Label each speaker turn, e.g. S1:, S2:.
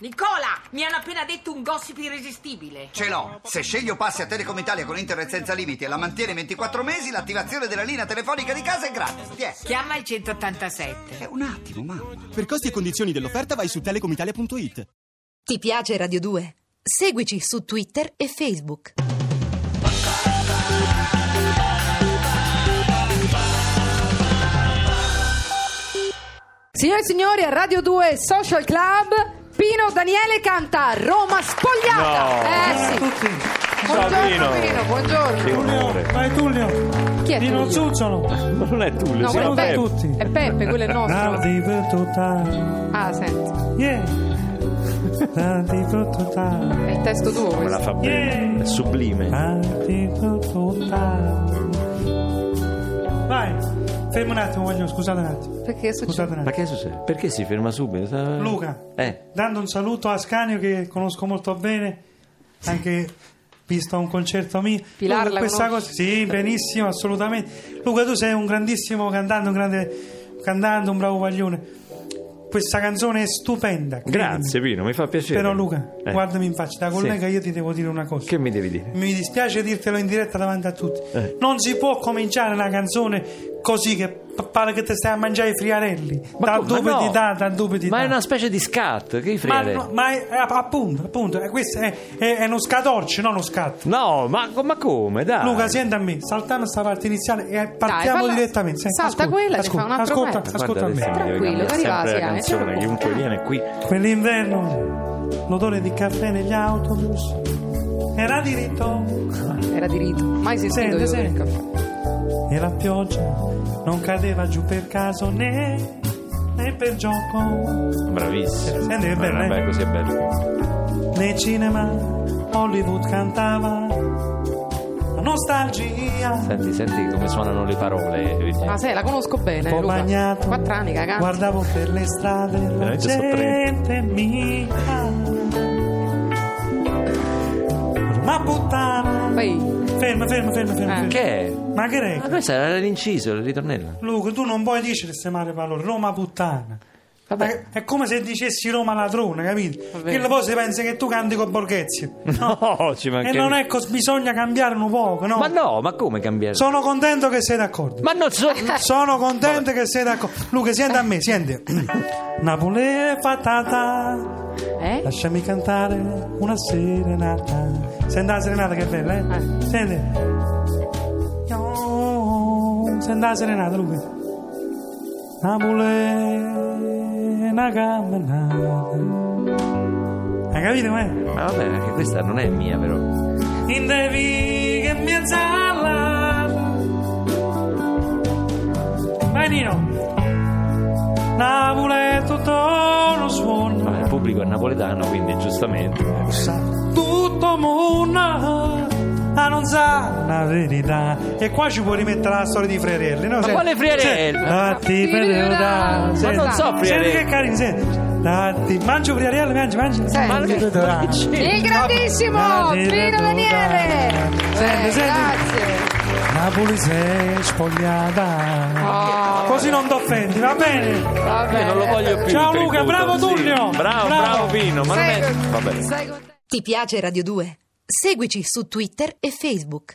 S1: Nicola, mi hanno appena detto un gossip irresistibile.
S2: Ce l'ho. Se sceglio passi a Telecom Italia con internet senza limiti e la mantieni 24 mesi, l'attivazione della linea telefonica di casa è gratis. Tiè.
S1: Chiama il 187.
S2: Eh, un attimo, mamma.
S3: Per costi e condizioni dell'offerta vai su telecomitalia.it.
S4: Ti piace Radio 2? Seguici su Twitter e Facebook.
S5: Signore e signori, a Radio 2 Social Club, Pino Daniele canta Roma spogliata. Eh sì.
S6: Ciao,
S5: Buongiorno
S6: Pino.
S5: Pino, buongiorno.
S6: Che
S7: Tullio,
S6: onore.
S7: vai Tullio.
S5: Chi è
S7: Di non
S5: Tullio?
S7: ciucciolo.
S6: Ma Non è Tullio,
S5: No, quello
S6: siamo
S5: è Peppe.
S6: Peppe.
S7: tutti.
S5: È Peppe, quello è il
S7: La
S5: nostro.
S7: libertà.
S5: Ah, senti,
S7: Yeah. La libertà.
S5: è il testo tuo
S6: Me la
S5: questo.
S6: fa bene, è sublime.
S7: La libertà. Vai. Fermo un attimo, voglio, scusate un attimo.
S5: Perché succede?
S7: Scusate un
S6: Ma
S7: attimo.
S6: che succede? Perché si ferma subito? Sa-
S7: Luca.
S6: Eh,
S7: Dando un saluto a Ascanio che conosco molto bene, anche visto a un concerto mio.
S5: Pilar la
S7: questa
S5: conosci?
S7: cosa, sì, benissimo, assolutamente. Luca, tu sei un grandissimo cantante, un grande cantante, un bravo paglione. Questa canzone è stupenda. credimi.
S6: grazie Pino, mi fa piacere.
S7: Però Luca,
S6: Eh,
S7: guardami in faccia, da collega io ti devo dire una cosa.
S6: Che mi devi dire?
S7: Mi dispiace dirtelo in diretta davanti a tutti.
S6: Eh.
S7: Non si può cominciare una canzone così che p- pare che ti stai a mangiare i friarelli. da
S6: co-
S7: dubiti
S6: no.
S7: da, da dubiti
S6: Ma
S7: da.
S6: è una specie di scat, che i
S7: Ma,
S6: frega.
S7: no, ma è- eh, appunto, appunto, eh, questo è, è- è uno scatorcio, non uno scatto.
S6: No, ma, ma come? Dai.
S7: Luca, senta a me, saltiamo sta parte iniziale e partiamo
S5: falla-
S7: direttamente. Senti,
S5: salta quella, ci fa
S7: ascolta,
S5: un altro
S7: ascolta,
S5: pezzo.
S7: ascolta
S6: Guarda, adesso
S7: a me.
S6: mi deve
S5: Tranquillo,
S6: cambiare
S5: che arriva,
S6: sempre
S5: sì,
S6: la
S5: eh,
S6: canzone,
S5: tranquillo.
S6: chiunque viene qui.
S7: Quell'inverno, l'odore di caffè negli autobus era diritto
S5: Era diritto. Mai sentito
S7: Senti,
S5: io
S7: senti.
S5: del caffè.
S7: e la pioggia non cadeva giù per caso né, né per gioco.
S6: Bravissimo.
S7: Senti che
S6: Ma
S7: bello,
S6: vabbè,
S7: eh?
S6: così è bello.
S7: Nei cinema Hollywood cantava la nostalgia.
S6: Senti, senti come suonano le parole. Virginia.
S5: Ma sai, Ah, la conosco bene,
S7: po'
S5: Luca.
S7: bagnato.
S5: Quattro anni che la canta.
S7: Guardavo per le strade la
S6: Veramente sorprende.
S7: gente mia. Ma puttana.
S5: Poi,
S7: Ferma, ferma, ferma, ferma.
S5: Eh.
S7: ferma.
S6: Che è?
S7: Ma che
S6: Ma
S7: regga?
S6: questo era l'inciso, il ritornello.
S7: Luca, tu non puoi dire queste male parole. Roma puttana.
S6: Vabbè.
S7: Ma È come se dicessi Roma ladrona, capito?
S5: Vabbè.
S7: Quello poi si pensa che tu canti con Borghezio.
S6: No, ci
S7: e
S6: mancherebbe.
S7: non è così, bisogna cambiare un poco, no?
S6: Ma no, ma come cambiare?
S7: Sono contento che sei d'accordo.
S6: Ma non so.
S7: Sono contento che sei d'accordo. Luca, senti a me, senti. Napoli patata,
S5: eh?
S7: lasciami cantare una serenata. Senti la serenata che bella, eh?
S5: Eh.
S7: Senti. Yo, Senti la serenata, Luca. Napoli una camminata. Hai capito com'è?
S6: Ma vabbè, perché questa non è mia, però.
S7: In devi che mi azzalla. Vai Nino. Napoli è tutto uno suono.
S6: Vabbè, il pubblico è napoletano, quindi giustamente.
S7: sa tutto mondo ma non sa la verità e qua ci può rimettere la storia di Frerelli no?
S6: Ma quale Friarelli?
S7: datti per
S5: Ma
S6: Ma non so,
S7: senti
S6: Friarelli.
S7: che carino senti datti mangio Friarelli mangi mangi
S5: Senti.
S7: Ma che-
S6: Ma che c'è?
S5: Il grandissimo
S7: Datti
S5: Pino
S7: per
S5: Daniele.
S7: dare. Senti,
S5: Eh,
S7: senti.
S5: Grazie.
S7: Napoli sei spogliata così non t'offendi va bene
S5: Va
S6: Io non lo voglio più.
S7: Ciao
S6: il
S7: Luca,
S6: tributo,
S7: bravo
S6: sì.
S7: Tullio.
S6: Bravo,
S7: Bravo.
S6: bravo Pino, ma non è. Vabbè.
S5: Sei contento?
S4: Ti piace Radio 2? Seguici su Twitter e Facebook.